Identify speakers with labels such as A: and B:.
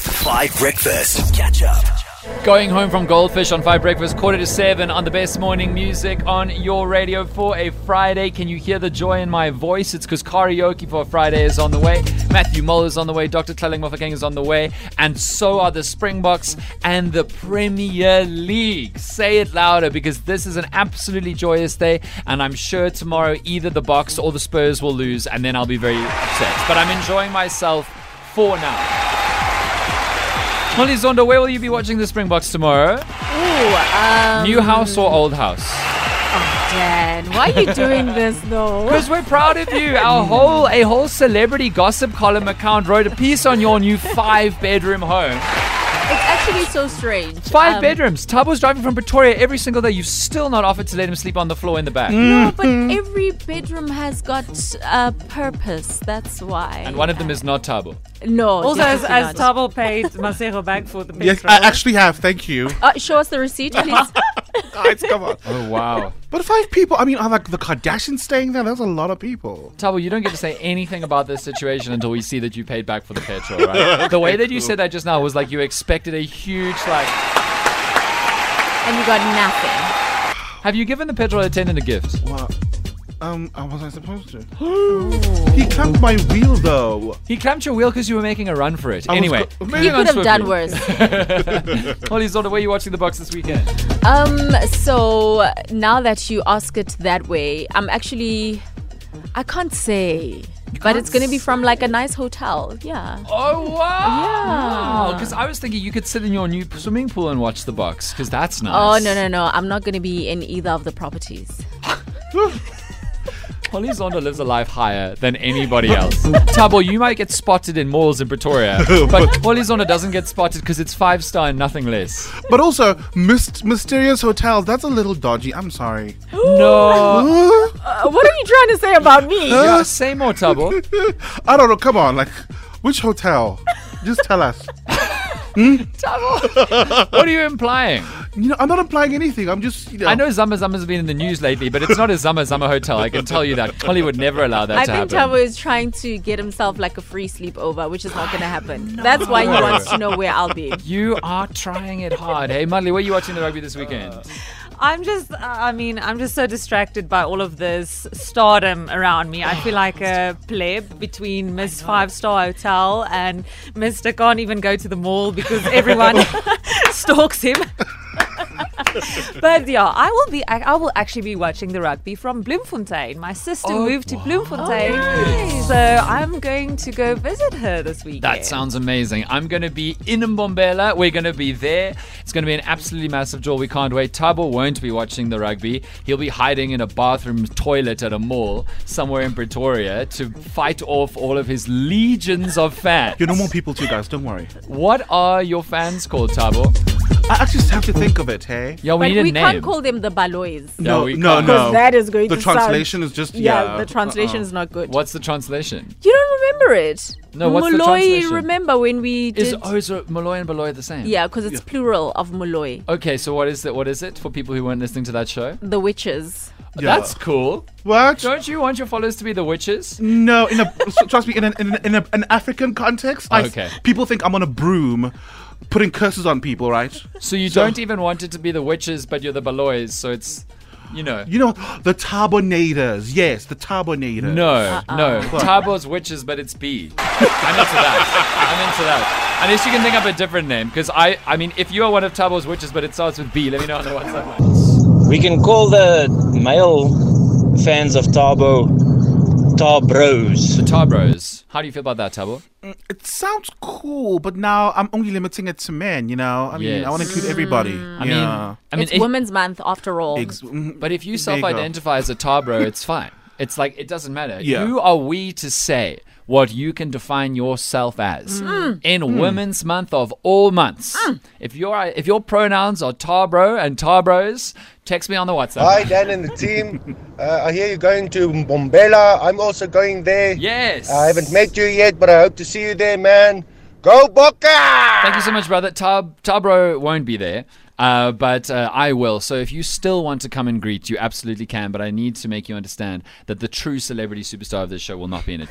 A: Five Breakfast. Catch up.
B: Going home from Goldfish on Five Breakfast, quarter to seven on the best morning music on your radio for a Friday. Can you hear the joy in my voice? It's because karaoke for a Friday is on the way. Matthew Muller is on the way. Dr. Tlaleng Mofokeng is on the way. And so are the Springboks and the Premier League. Say it louder because this is an absolutely joyous day. And I'm sure tomorrow either the Box or the Spurs will lose. And then I'll be very upset. But I'm enjoying myself for now. Molly Zondo, where will you be watching the Springboks tomorrow?
C: Ooh, um,
B: New house or old house?
C: Dan, why are you doing this though?
B: Because we're proud of you. Our whole a whole celebrity gossip column account wrote a piece on your new five bedroom home.
C: It's actually so strange.
B: Five
C: Um,
B: bedrooms. Tabo's driving from Pretoria every single day. You've still not offered to let him sleep on the floor in the back.
C: No, but every bedroom has got a purpose. That's why.
B: And one of them is not Tabo.
C: no.
D: Also, as,
C: definitely
D: as
C: not.
D: Tabo paid Masero back for the petrol.
E: Yes, I actually have. Thank you.
C: Uh, show us the receipt, please.
E: Guys, come on.
B: Oh wow.
E: But five people. I mean, are like the Kardashians staying there? That's a lot of people.
B: Tabo, you don't get to say anything about this situation until we see that you paid back for the petrol, right? The way that you said that just now was like you expected a huge like
C: and you got nothing.
B: have you given the petrol attendant a gift?
E: Wow. Um, uh, was I supposed to? he clamped my wheel though.
B: He clamped your wheel because you were making a run for it.
E: was
B: anyway,
E: co-
B: moving
C: You
B: on
C: could have done
B: swiftly.
C: worse.
B: Holly Zonda, where are you watching the box this weekend?
C: Um, so now that you ask it that way, I'm actually I can't say. but it's gonna be from like a nice hotel. Yeah.
B: Oh wow!
C: Yeah.
B: Because I was thinking you could sit in your new p- swimming pool and watch the box because that's
C: Oh
B: nice.
C: no no no! I'm not gonna be in either of the properties.
B: Holly Zonda lives a life higher than anybody else. Tabo, you might get spotted in malls in Pretoria, but Holly Zonda doesn't get spotted because it's five star and nothing less.
E: But also, myst- mysterious hotels. That's a little dodgy. I'm sorry.
B: No,
C: Uh, what are you trying to say about me?
B: yeah, say more, Tabo.
E: I don't know. Come on, like which hotel? Just tell us.
B: What are you implying?
E: You know, I'm not implying anything. I'm just. You know,
B: I know Zama Zama's been in the news lately, but it's not a Zama Zama hotel. I can tell you that Holly would never allow that
C: I
B: to
C: think
B: happen.
C: Tavo is trying to get himself like a free sleepover, which is not gonna happen. That's why he wants to know where I'll be.
B: You are trying it hard. Hey, Mudley, where are you watching the rugby this weekend?
D: I'm just, I mean, I'm just so distracted by all of this stardom around me. I feel like a pleb between Miss Five Star Hotel and Mr. Can't Even Go to the Mall because everyone stalks him. but yeah, I will be. I, I will actually be watching the rugby from Bloemfontein. My sister moved to Bloemfontein, so I'm going to go visit her this weekend.
B: That sounds amazing. I'm going to be in Mbombela. We're going to be there. It's going to be an absolutely massive draw. We can't wait. Tabo won't be watching the rugby. He'll be hiding in a bathroom toilet at a mall somewhere in Pretoria to fight off all of his legions of fans.
E: you're normal people too, guys. Don't worry.
B: What are your fans called, Tabo?
E: I actually just have to think of it. Hey.
B: Yeah, we
C: But
B: need a
C: we
B: name.
C: can't call them the Balois.
B: No,
E: No,
B: we
E: no,
B: can't.
E: no.
C: That is going
E: The
C: to sound-
E: translation is just
C: Yeah,
E: yeah.
B: uh-uh.
C: the translation is not good.
B: What's the translation?
C: You don't remember it?
B: No, what's the
C: Moloi,
B: translation?
C: remember when we did?
B: Is oh, is Malloy and Baloy the same?
C: yeah, because it's plural of Moloi.
B: Okay, so what is it? What is it for people who weren't listening to that show?
C: The witches.
E: Yeah.
B: That's cool.
E: What?
B: Don't you want your followers to be the witches?
E: No, in a s- trust me, in an in, an- in a, an African context, I,
B: Okay.
E: people think I'm on a broom, putting curses on people, right?
B: So you
E: So-
B: don't even want it to be the witches, but you're the Baloys, so it's, you know.
E: You know, the Tabonators. Yes, the Tabonators.
B: no, no. Tabo's witches, but it's B. I'm into that. I'm into that. Unless you can think up a different name, because I, I mean, if you are one of Tabo's witches, but it starts with B, let me know on the WhatsApp. line.
F: We can call the male fans of Tabo Tabros.
B: The Tabros. How do you feel about that, Tabo?
E: It sounds cool, but now I'm only limiting it to men, you know? I mean,
B: Yes.
E: I want to include everybody.
B: I
E: yeah.
B: mean, I mean,
C: it's
B: if-
C: Women's Month after all.
E: Ex- mm,
B: Mm, but if you
E: there you go.
B: self-identify as a Tabro, it's fine. It's like it doesn't matter.
E: Yeah.
B: Who are we to say what you can define yourself as in
E: Mm.
B: Women's Month of all months? If your if your pronouns are Tabro and Tabros, text me on the WhatsApp.
G: Hi, Dan and the team. Uh, I hear you're going to Mbombela. I'm also going there.
B: Yes.
G: I haven't met you yet, but I hope to see you there, man. Go Boca!
B: Thank you so much, brother. Tab Tabro won't be there. Uh, but uh, I will. So if you still want to come and greet, you absolutely can. But I need to make you understand that the true celebrity superstar of this show will not be in it.